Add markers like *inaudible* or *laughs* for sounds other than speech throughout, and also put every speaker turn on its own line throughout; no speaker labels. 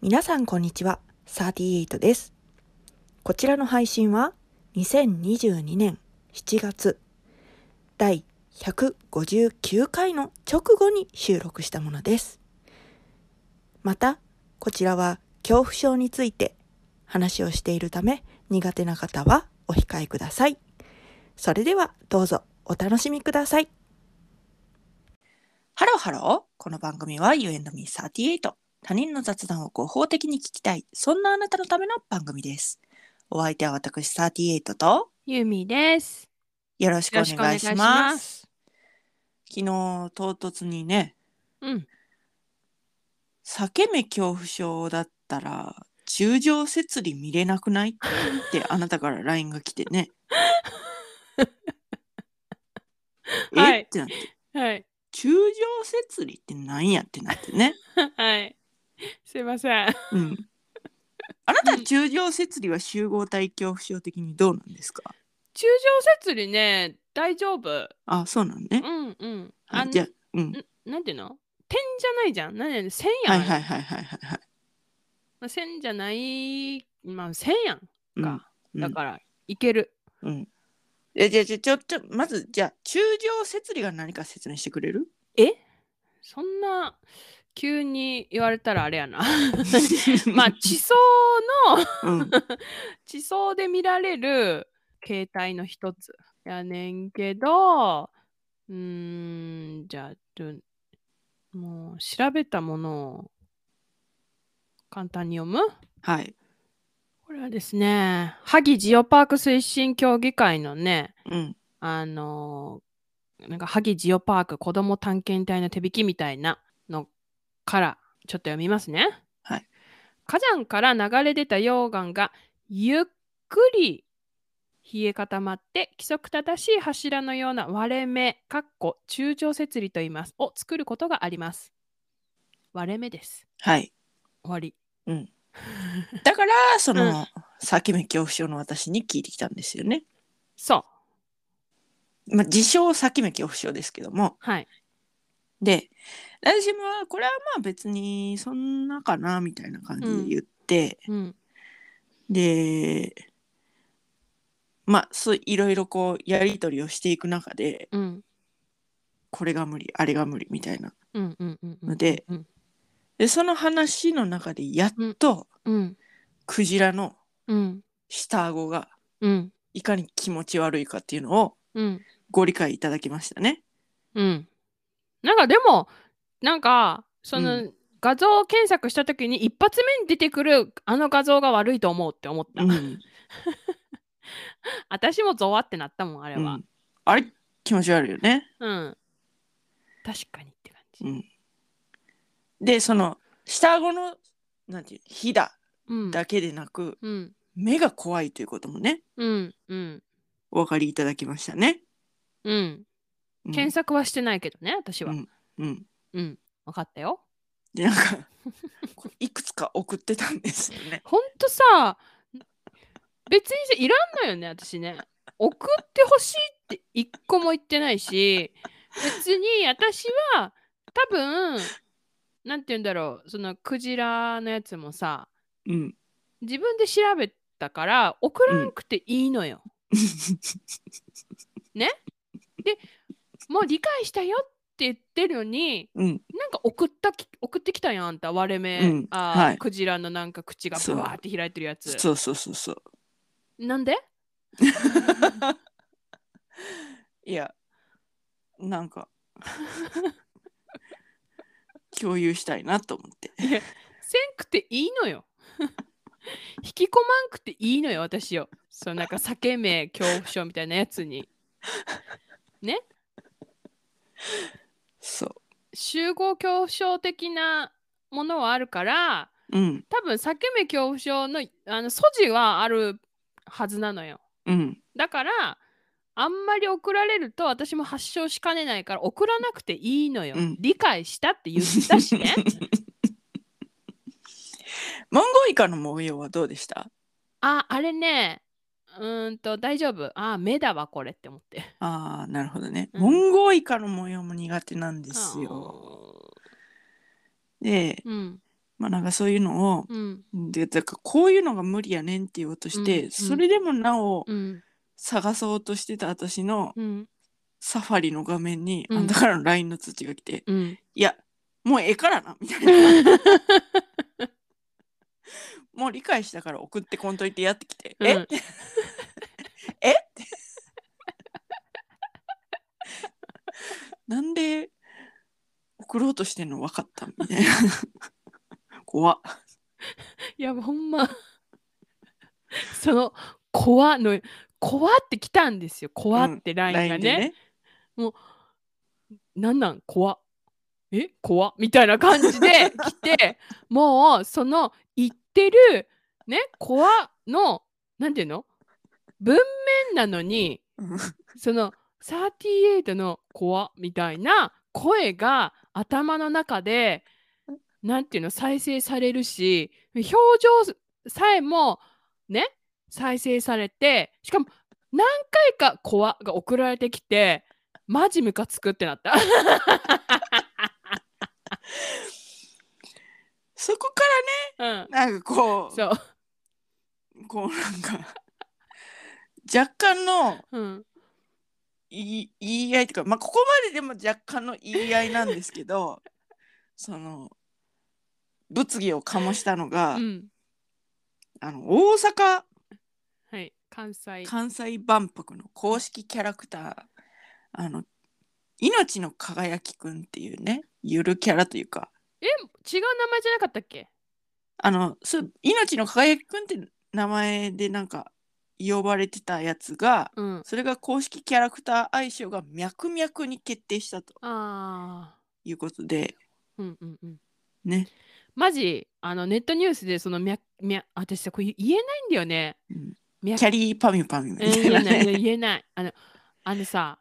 皆さんこんにちは、38です。こちらの配信は2022年7月第159回の直後に収録したものです。また、こちらは恐怖症について話をしているため苦手な方はお控えください。それではどうぞお楽しみください。ハローハロー。この番組は You and me38。他人の雑談を合法的に聞きたい。そんなあなたのための番組です。お相手は私38と
ユミです。
よろしくお願いします。昨日唐突にね、
うん、
裂け目恐怖症だったら中上節理見れなくないってあなたから LINE が来て *laughs* ね。え、
はい、
ってなって。
はい
中上節理ってなんやってなってね
はい *laughs* すいません、
うん、あなた中上節理は集合体恐怖症的にどうなんですか
中上節理ね大丈夫
あそうなんね
うんうん
あじゃうん
なんていうの点じゃないじゃん何やね線や
はいはいはいはいはいはい、
まあ、線じゃないまあ線やんか、
うん、
だから、うん、いける
うんえじゃあじゃちょちょまずじゃあ中上節理が何か説明してくれ *laughs* る
えそんな急に言われたらあれやな *laughs* まあ地層
の *laughs* うん、
地層で見られる形態の一つやねんけどうんじゃあもう調べたものを簡単に読む
はい
これはですね、萩ジオパーク推進協議会のね、
うん、
あのなんか萩ジオパーク子ども探検隊の手引きみたいなのからちょっと読みますね。
はい、
火山から流れ出た溶岩がゆっくり冷え固まって規則正しい柱のような割れ目かっこ中長節理と言いますを作ることがあります。割れ目です。
はい。
終わり。
うん。だからその、先、う、目、ん、恐怖症の私に聞いてきたんですよね。。
そう
まあ自称先目恐怖症ですけども。
はい。
で私もこれはまあ別にそんなかなみたいな感じで言って、
うんうん、
でまあそういろいろこうやり取りをしていく中で、
うん、
これが無理あれが無理みたいなので、
うんうんうんうん、
でその話の中でやっと、
うん、
クジラの下
顎
がい
か
に気持ち悪いかっていうのをご理解いただきましたね。
うん、なんかでもなんかその、うん、画像検索した時に一発目に出てくるあの画像が悪いと思うって思った。
うん、
私もゾワってなったもんあれは。
あれ気持ち悪いよね。
うん。確かにって感じ。
うんでその下顎のなんていうひだだけでなく、
うん、
目が怖いということもね、
うんうん、
お分かりいただきましたね。
うん、うん、検索はしてないけどね私は。
うん、うん、
うん、分かったよ。
でなんかいくつか送ってたんですよね。
ほんとさ別にいらんのよね私ね。送ってほしいって一個も言ってないし別に私は多分なんて言うんだろうそのクジラのやつもさ、
うん、
自分で調べたから送らなくていいのよ。うん、ねでもう理解したよって言ってるのに、
うん、
なんか送った送ってきたやんあんた割れ目、うん、あ、はい、クジラのなんか口がブワーって開いてるやつ。
*laughs* そうそうそうそう
なんで
いやなんか共有したいなと思って。
せんくていいのよ。 *laughs* 引き込まんくていいのよ私よ。そうなんか裂け目恐怖症みたいなやつに。ね。
そう
集合恐怖症的なものはあるから、
うん、
多分裂け目恐怖症のあの素地はあるはずなのよ。
うん、
だからあんまり送られると私も発症しかねないから送らなくていいのよ、うん、理解したって言ったし *laughs* ね
モンゴイカの模様はどうでした
ああれねうんと大丈夫あ目だわこれって思って
ああなるほどね、うん、モンゴイカの模様も苦手なんですよで、
うん、
まあなんかそういうのを
うん
でだからこういうのが無理やねんって言おうとして、
うんうん
それでもなお
うん
探そうとしてた私の
うん
サファリの画面に、
うん
あんたからの LINE の通知が来て
うん *laughs*
「いやもうええからな」みたいなもう理解したから送ってこんといてやってきて「え
うん
えってなんで送ろうとしてんの分かったみたいな *laughs* 怖っ
いやほんま *laughs* その「怖」の「怖」って来たんですよ「怖」ってライン
LINE
が
で
ね,、
ね
なんなん怖え怖みたいな感じで来て *laughs* もうその言ってるね怖のなんていうの文面なのに
うん
その38の怖みたいな声が頭の中でなんていうの再生されるし表情さえもね再生されてしかも何回か怖が送られてきてマジムカつくってなった。
そこから
うん、
なんかこ
そう、
う、こうなんか、若干の
うん、
言い言い合いというか、まあ、ここまででも若干の言い合いなんですけど、その、物議を醸したのが、
うん、
あの、大阪
はい、関西。
関西万博の公式キャラクター、あの、命の輝きくんっていうね、ゆるキャラというか、
違う名前じゃなかったっけ？
あの、そう命の輝きくんって名前でなんか呼ばれてたやつが、
うん、
それが公式キャラクター愛称が脈々に決定したと
ああ、
いうことで
うんうんうん。
ね、
マジあのネットニュースでそのみゃみゃ私さこれ言えないんだよね。
うん
みゃ
キャリーパミュパミュみ
う
た
ん
い
言
な
えない
ね、
言えないあのあのさ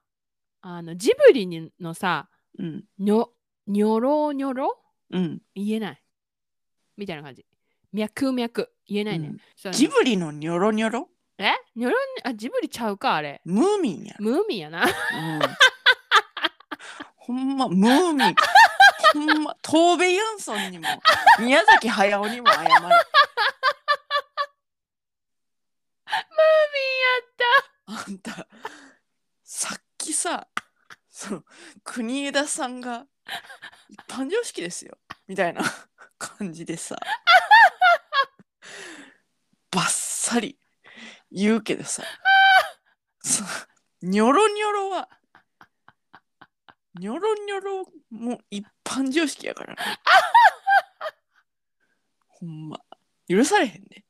あのジブリにのさ
うん
にょにょろにょろ
うん、
言えないみたいな感じ。脈脈言えない
う
ね。
ん
そうね
ジブリのニョロニョロ
えにょろにあジブリちゃうかあれ。
ムーミンや、
ムーミン
*laughs*
やな。
うん、ほんまムーミンほんま東部ユンソンにも宮崎駿にも謝るあんたさっきさその国枝さんが誕生式ですよみたいな感じでさバッサリ言うけどさそのニョロニョロはニョロニョロも一般常識やからなほんま許されへんね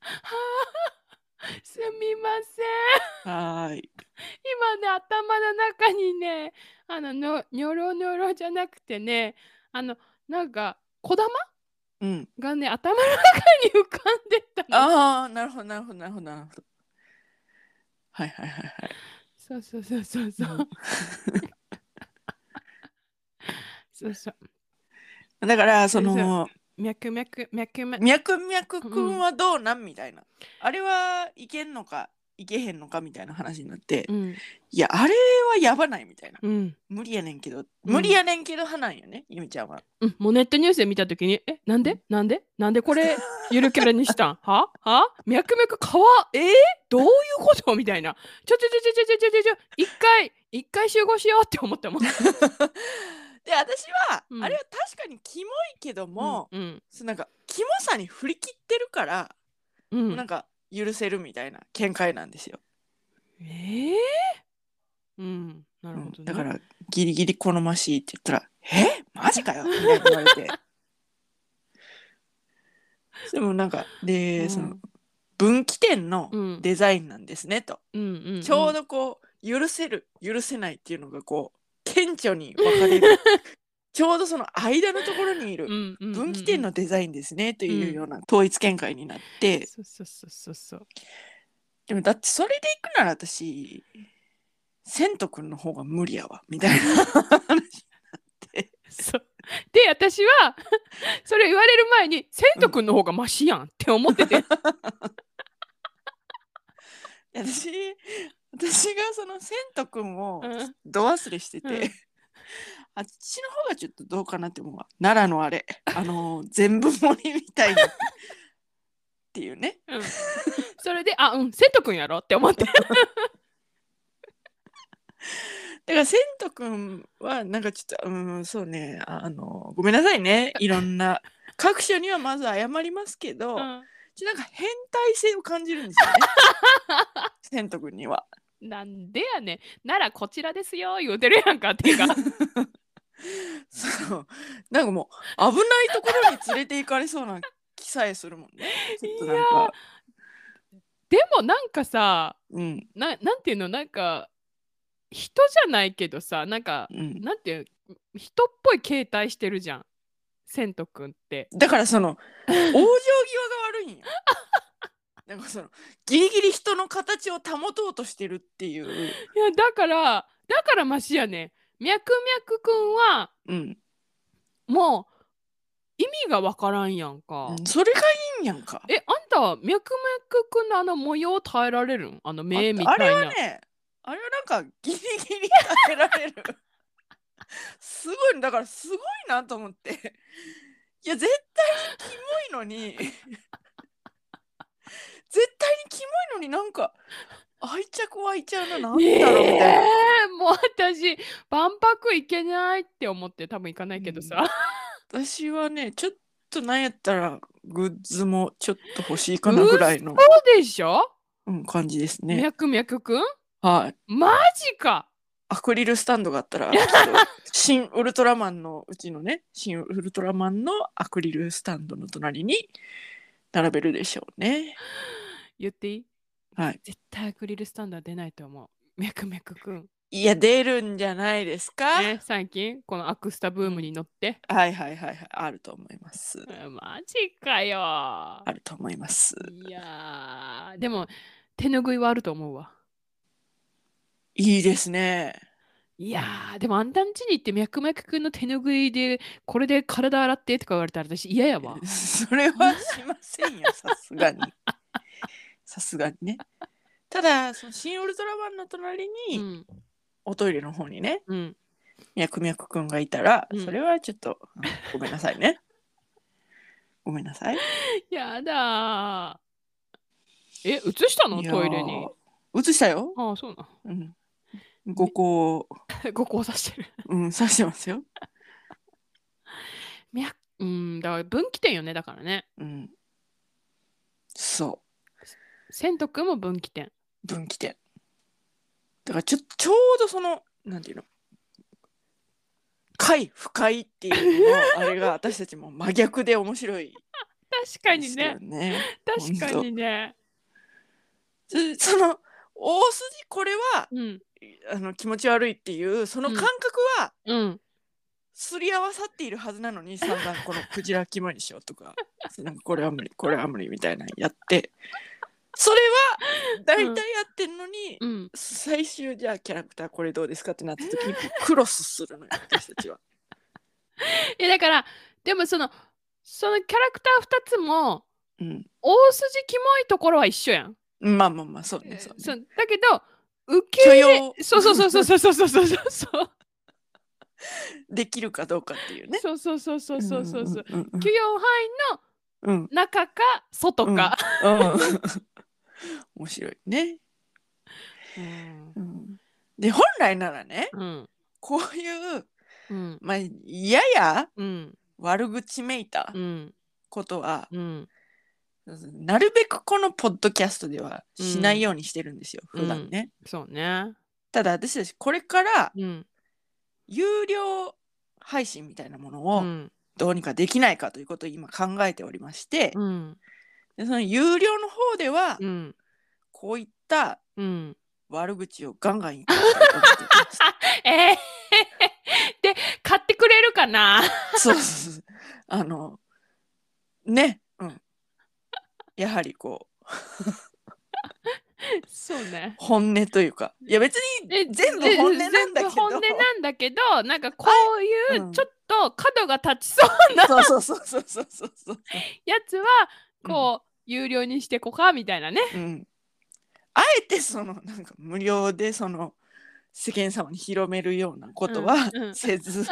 すみません。
はーい
今ね頭の中にねあののニョロニョロじゃなくてねあのなんか小玉
うん
がね頭の中に浮かんでたの
ああ、なるほど、なるほど、なるほど、なるほど。はいはいはいはい。
そうそうそうそうそう
*laughs*
そうそう
だから、そ
そうそう
の、
脈脈脈々
脈々くんはどうなんみたいな。あれはいけんのか、いけへんのかみたいな話になって、
うん
いや、あれはやばないみたいな。
うん
無理やねんけど、無理やねんけど派なんよね、ゆみちゃんは。
うん、もうネットニュースで見たときに、え、なんでなんでなんでこれ、ゆるキャラにし
*laughs*
たんはは脈々川えー、どういうことみたいな。ちょちょちょちょちょちょちょちょ、一回、一回集合しようって思ったもん。
で、私は、
うん
あれは確かにキモいけど *laughs* も、
うん、
そのなんか、キモさに振り切ってるから、
うん。
なんか、許せるみたいな見解なんですよ。
えー、うん、なる
う
ほど、ね
んだか、らギリギリ好ましいって言ったら「えマジかよ」みたいに言われて *laughs* でもなんかで、
うん
その分岐点の
うん
デザインなんですねと、
うんうんうん、
ちょうどこう許せる許せないっていうのがこう顕著に分かれる
*laughs*
ちょうどその間のところにいる
うんうんうん
分岐点のデザインですねというような統一見解になって、
そうそうそうそうそう。
でもだってそれで行くなら私、セント君の方が無理やわ、みたい
*laughs*
な話。
そうで私は *laughs* それ言われる前に千斗くんの方がマシやんって思ってて、
私、私がそのセント君を
うん
度忘れしてて、
うん
あっちの方がちょっとどうかなって思うわ奈良のあれあの全部盛りみたいなっていうね
うん、 *laughs* それであうん瀬戸君やろって思って
だから、せんとくんは、なんかちょっと、うん、そうね、あの、ごめんなさいね、いろんな。各所にはまず謝りますけど、ちょっとなんか変態性を感じるん
*laughs*
ですよね。せんとくんには。
なんでやねんならこちらですよ言うてるやん
*laughs*
かっていうか
そう。なんかもう、危ないところに連れて行かれそうな気さえするもんね。ちょっとなん
いや
か、
でもなんかさ
うん、
ななんていうのなんか人じゃないけどさなんか
うん。
なんていう人っぽい形態してるじゃんせんとくんって
だから
*laughs*
その、往生際が悪いんや。なんかその、ギリギリ人の形を保とうとしてるっていう。
いやだからだからマシやねん脈々くんは
うん。
もう意味がわからんやんか、
うんそれがいいんやんか。
えあんたは脈々くんのあの模様耐えられるんあの目みた
あ
いな
あれはねあれはなんかギリギリかけられ
*laughs*
るすごいだからすごいなと思っていや絶対にキモいのに絶対にキモいのになんか愛着湧いちゃうななんだろうみたいな、
ねえもう私万博行けないって思って多分行かないけどさ、
私はねちょっとなんやったらグッズもちょっと欲しいかなぐらいの、
そうでしょ、
うん、感じですね
脈々くん
はい
マジか
アクリルスタンドがあった
*laughs*
ら、きっと新ウルトラマンのうちのね、新ウルトラマンのアクリルスタンドの隣に並べるでしょうね。
言っていい
はい。
絶対アクリルスタンドは出ないと思う脈々くん
いや、出るんじゃないですか。
ね最近このアクスタブームに乗って、
はいはいはいはい、あると思います。
マジかよ
あると思います。
いやーでも手拭いはあると思うわ
いいですね。
いやーでもあんたんちに行って脈々くんの手拭いでこれで体洗ってとか言われたら私嫌やわ
*laughs* それはしませんよ、さすがに。さすがにね。ただ、その新ウルトラマンの隣
う
に、
ん
おトイレの方にね、
うん
ミャクミャクくんがいたら、
うん
それはちょっとあのごめんなさいね。 *laughs* ごめんなさい。
やだーえ映したの
いやー
トイレに。
映したよ。
ああそうな
うん。ごこ
のご交差してる
う、うん、刺してますよ。
脈うんだから分岐点よねだからね
うん。そ
千と君も分岐点
う、分岐点。だからちょちょうどその、なんていうの、快不快っていうののあれが私たちも真逆で面白い
確か
で
に
すけ
ね
どね。
確かにね
そその大筋これは
うん
あの気持ち悪いっていうその感覚は、
うん
すり合わさっているはずなのに散々この「クジラキモいでしょ」とか *laughs* 「なんかこれは無理これは無理」みたいなのやってそれは大体やってんのに、
うん
最終じゃあキャラクターこれどうですかってなった時にクロスするのよ私たちは。
いやだからでもそのそのキャラクター2つも
うん、
大筋キモいところは一緒やん、
まあまあまあそうねそう
そ
ね。
うだけど受け
許容
そうそうそうそうそうそうそうそうそう
できるかどうかっていうね。
そうそうそうそうそうそうそう
うんうん
許容範
うんうん
囲の中か外か、
うん *laughs* うん面白いね。
うん
うんで本来ならね
うん
こういう
うん
まあやや
うん
悪口めいた
うん
ことは、
うん
なるべくこのポッドキャストではしないようにしてるんですよ、
うん
普段ね。
そうね
ただ私たちこれから
うん
有料配信みたいなもの
う
を
ん
どうにかできないかということを今考えておりまして、
うん
でその有料の方では
うん
こういった
うん
悪口をガンガン言っていこうと思ってます
えー、で買ってくれるかな *laughs*
そうそうそう。あの、ね、うん。やはりこう、
そうね
本音というか、いや別に
え
全部本音なんだけど
全部本音なんだけどなんかこうい
あう
うんちょっと角が立ちそう
*laughs*
な
そうそうそうそうそうそうそう。
やつはこう、有料にしてこかみたいなね
うん、あえてそのなんか無料でその世間様に広めるようなことは
うんうん
せず、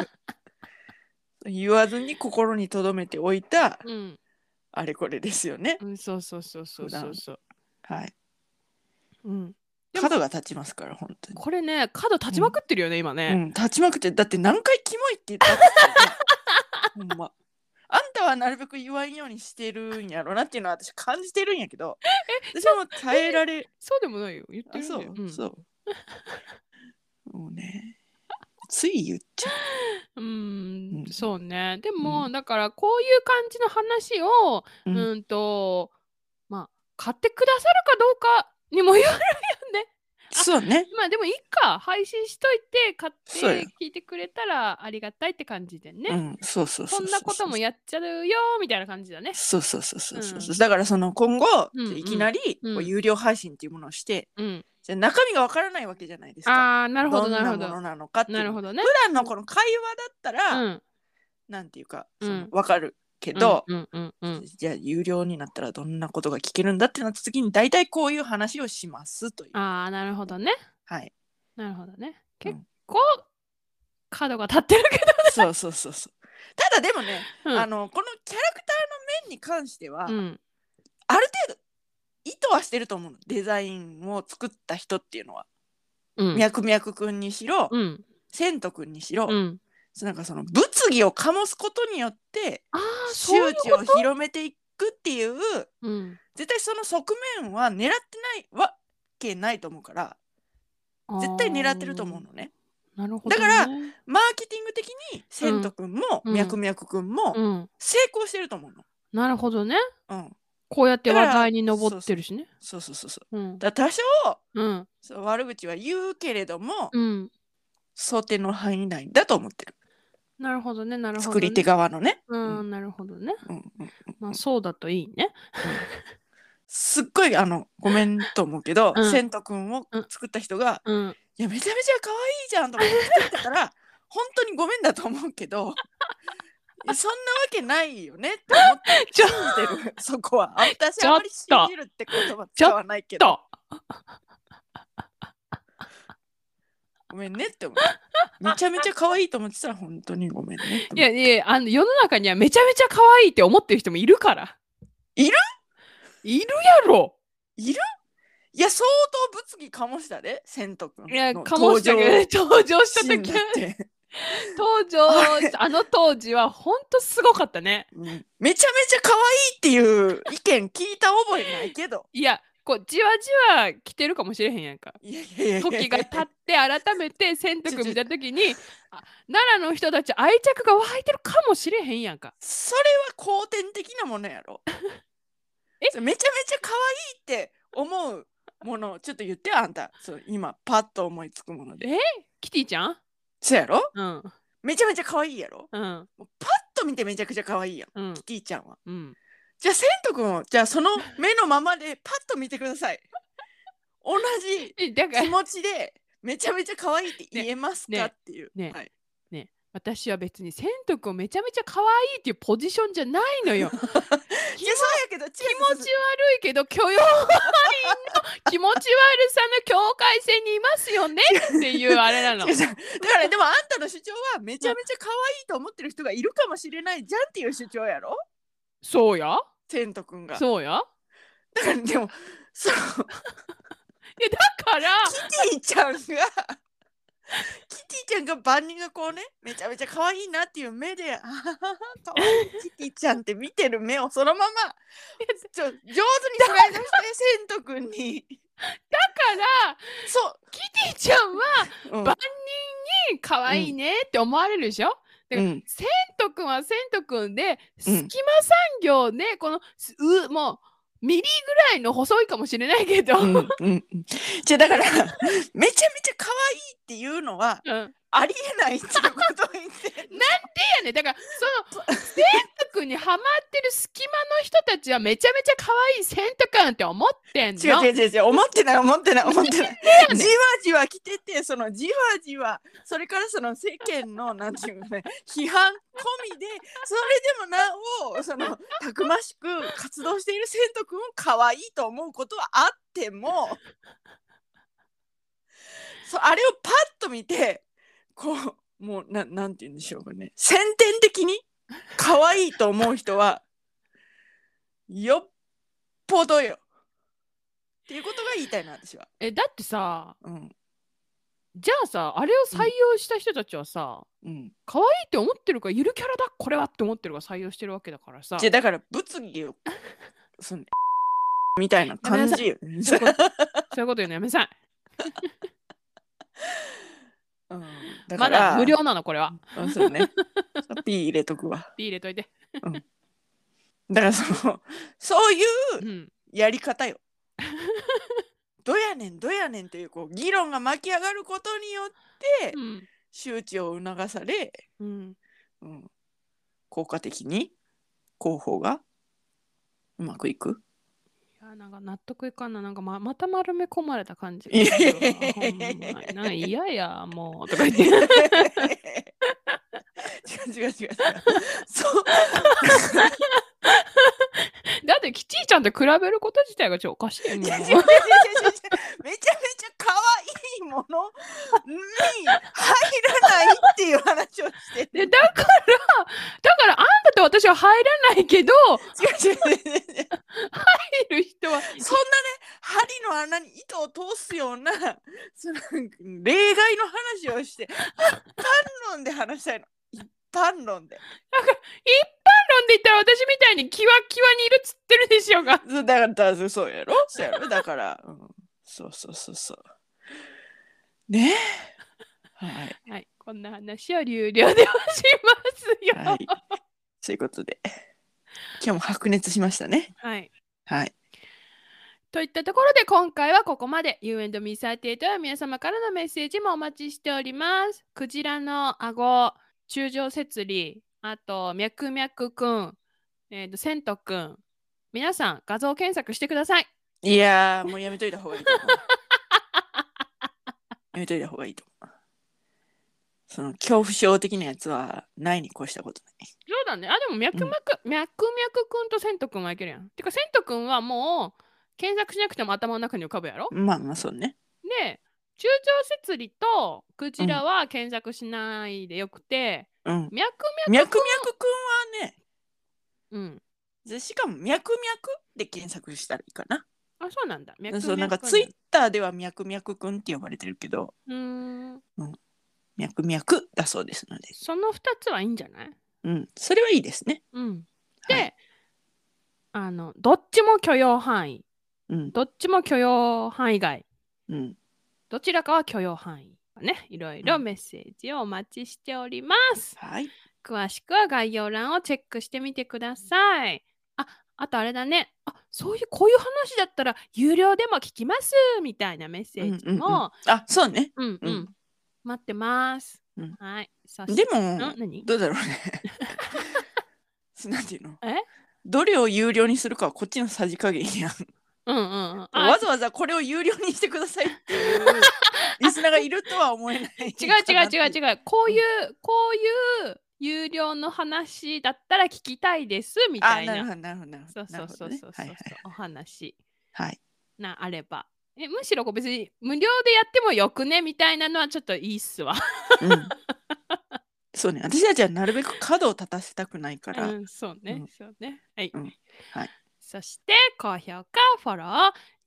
言わずに心に留めておいた *laughs*
うん、
あれこれですよね。
うん、そうそうそうそうそうそう。
はい。
うん、でも
角が立ちますから本当に。
これね、角立ちまくってるよね、今
う
ね。
ん、立ちまくってだって何回キモいって言った
*laughs*
って、ね、ほんま。あんたはなるべく言わんようにしてるんやろなっていうのは私感じてるんやけど私はもう耐えられ
そうでもないよ。言って
あ
るんだ
そ
よ
う、。そうもうねつい言っちゃ
うん、
う
うんん、そうね。で
う
も、だから、こういう感じの話を、
う、
うん、と、まあ、買ってくださるかどうかにもよるよ *laughs* ね。
そうね
まあでもいいか配信しといて買っ
そうや
て聞いてくれたらありがたいって感じでね、
うん、そうそうそう
こんなことも
や
やっちゃうよみたいな感じだね
そうそうそうそうそうそう、
うん
だからその今後、
うんうん
いきなりこ
う
うん有料配信っていうものをして、
うん
じゃあ中身がわからないわけじゃないですか
ああなるほどなるほ
んなも
ど
のなのかっていう
なる
普
ほどね
段のこの会話だったら、
うん
なんていうか
うん
そのわかるけど、
うんうんうんうん
じゃあ有料になったらどんなことが聞けるんだってなった時に大体こういう話をしますという
ああなるほどね
はい
なるほどね結構角が立ってるけ
そうそうそうそうただでもね、
ど、うん、
あのこのキャラクターの面に関しては、
うん
ある程度意図はしてると思うのデザインを作った人っていうのは。
うん
ミャクミャクくんにしろ、
うん
セントくんにしろ、
うん
なんかその物議を醸すことによって
ああ
周
そういう
知を広めていくっていう
うん
絶対その側面は狙ってないわけないと思うから絶対狙ってると思うのね。
あーなるほど、ね、
だからマーケティング的にセントくんも
うん
ミャクミャクくんも
うん
成功してると思うの。
なるほどね
うん、
こうやって
だから
話題に上ってるしね
そうそうそうそう。
うん
だから多少
うん
そう悪口は言うけれども、
うん
想定の範囲内だと思ってる。
なるほどねなるほど、ね、
作り手側のね。
うん、なるほどね。
うんうんうん
まあそうだといいね。
すっごいあのごめんと思うけど、
うん
セントくんを作った人が
うん。
「いやめちゃめちゃ可愛いじゃん」とか言ってた
*laughs*
ら本当にごめんだと思うけどいやそんなわけないよねって思って
ちょ
信じてるそこはあ私
ちょっと
あまり信じるって言葉使わないけど
と。
ごめんねって思うめちゃめちゃ可愛いと思ってたら本当にごめんねって
い
思
や
う
いやあの世の中にはめちゃめちゃ可愛いって思ってる人もいるから。
いる
いるやろ。
いや相当物議かもしたでセントくん
いや
の
かもしれない
登
*laughs* 登場
場
した
シーン
時
だって、
登
あれ
場あの当時は本当すごかったね。
うんめちゃめちゃ可愛いっていう意見聞いた覚えないけど
いやこうじわじわ来てるかもしれへん
*laughs*
やんか。
いやいやいやいや
時が経って改めて千と君見た時にあ奈良の人たち愛着が湧いてるかもしれへんやんか。
それは後天的なものやろ
*laughs* え
それめちゃめちゃ可愛いって思うものをちょっと言ってよあんたそう今パッと思いつくもので
えキティちゃん
そうやろ
うん
めちゃめちゃ可愛いやろ
うん
もうパッと見てめちゃくちゃ可愛いやん
うん
キティちゃんは
うん。
じゃあセント君をじゃあその目のままでパッと見てください同じ
えだか
気
ら
持ちでめちゃめちゃ可愛いって言えますか、
ねね
っていう、
ね
はい、
私は別に千徳をめちゃめちゃ可愛いっていうポジションじゃないの
*laughs*
よ気持ち悪
いやそうやけど気
いけど許容範囲
*laughs*
の気持ち悪さの境界線にいますよねっていうあれな
*laughs*
の
違う違うだからでもあんたの主張はめちゃめちゃ可愛いと思ってる人がいるかもしれないじゃんっていう主張やろ
そうや
セント君が。
そうや
だからでもその
いやだから
キティちゃんがキティちゃんが万人がこうねめちゃめちゃ可愛いなっていう目で「あははは可愛いキティちゃん」って見てる目をそのままちょ上手にスライドしてセント君に
だから
そ
キティちゃんは
う、うん
ば可愛いねって思われるでしょ、
うん
千とくんは千とくんで
う
隙
ん
間産業ね、このすうもうミリぐらいの細いかもしれないけど、
うんうんうんじゃあだからめちゃめちゃ可愛いっていうのは
うん
ありえないっていうことを言ってんの
やねだからその千徳にハマってる隙間の人たちはめちゃめちゃ可愛い千徳って思ってんの
違う違う違う違う思ってない思ってない思ってないじわじわ来ててそのじわじわそれからその世間のなんていうかね批判込みでそれでもなおそのたくましく活動している生徒くんを可愛いと思うことはあってもそうあれをパッと見てこうもうななんて言うんでしょうかね先天的に可愛いと思う人はよっぽどよっていうことが言いたいな私は。
えだってさ
うん
じゃあさあれを採用した人たちはさ、
うん、
可愛いって思ってるからゆるキャラだこれはって思ってるから採用してるわけだからさ
じゃあだから物議を *laughs* そのみたいな感じよ。
そういうことそういうこと言うのやめなさい
うん、だ
ま
か
だ
ら
無料なのこれは
うん、そうね。ピー入れとくわ。
ピー入れといて
だからその、そういう
うん
やり方よ。どやねんどやねんっていうこう議論が巻き上がることによって
うん
周知を促され、
うん
うん、効果的に広報がうまくい *laughs* く。
いやなんか納得いかんななんかままた丸め込まれた感じが
いや
するわ
いやいやいや
ほんまになんか嫌やもうとか言っ
違う
て
違う違う違う。そう
だってキチーちゃんと比べること自体がちょっとおかしいもん
い
*laughs*
や違う違う違う違う違うめちゃめちゃ可愛いものに入らないっていう話をしてて。
でだからだからあんたと私は入らないけど
違う違う違う違う違う
入る人は
そんなね針の穴に糸を通すようなその例外の話をして一般論で話したいの一般論で
一般論で言ったら私みたいにキワキワにいるっつってるでしょうが。
そうだからだからそうやろそうやろだから、うん、そうそうそうそうねえはい
はい、こんな話は流量ではしますよ。
はい *laughs* そういうことで今日も白熱しましたね
はい。
はい
といったところで今回はここまで You and me38 は皆様からのメッセージもお待ちしております。クジラの顎、中上節理、あと脈々くん、えーとセントくん、皆さん画像検索してください。
いやーもうやめといた方がいいと思 *laughs* うやめといた方がいいと思うその恐怖症的なやつはないに越したことない
そうだね。あ、でも脈々、脈々くんとセントくんはいけるやん。てかセントくんはもう検索しなくても頭の中に浮かぶやろ
まあまあそうね。
で中腸節理とクジラは検索しないでよくて、
うん。
脈
脈々くんはね、
々うん
でしかも脈々で検索したらいいかな。
あそうなんだ脈々
そうなんかツイッターでは脈々くんって呼ばれてるけど、
うーん
脈々だそうですので、
その2つはいいんじゃない
うん、それはいいですね。
うんで、
はい
あのどっちも許容範囲
うん
どっちも許容範囲外
うん。
どちらかは許容範囲ねいろいろ
うん
メッセージをお待ちしております、
はい。
詳しくは概要欄をチェックしてみてください。あ、あとあれだね。あ、そういうこういう話だったら有料でも聞きますみたいなメッセージも、
あそうね。
うんうん、
うん
待ってます。
うん
はい。そして
で
ん
も、
何？
どうだろう
*laughs*
ね。なんていうの
え
どれを有料にするかはこっちのさじ加減やん。
うんうんうん。あ
わざわざこれを有料にしてくださいっていう
*laughs*
リスナーがいるとは思えない
違う違う違う違う。こういうこういう有料の話だったら聞きたいですみた
あ
い
なるほ
な。
どなるほどなるほ
そ
ど
うそうそうそうそうそ
な
う、
るほどね
お話
はいはい
なあれば。えむしろこう別に無料でやってもよくねみたいなのはちょっといいっすわ。
はいうん、そうね私たちはなるべく角を立たせたくないから、
うん、そうね、
うん
そうね。はい。
うんはい
そして、高評価、フォロー、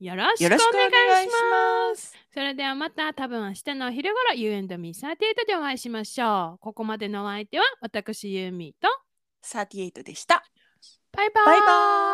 よろしくお
よろしくお
願
願
い
い
し
し
ます。
ます
それではまた、多分明日のお昼頃、You and Me38 でお会いしましょう。ここまでのお相手は、私、ユーミーと、
38でした
バイバーイ
バイバーイ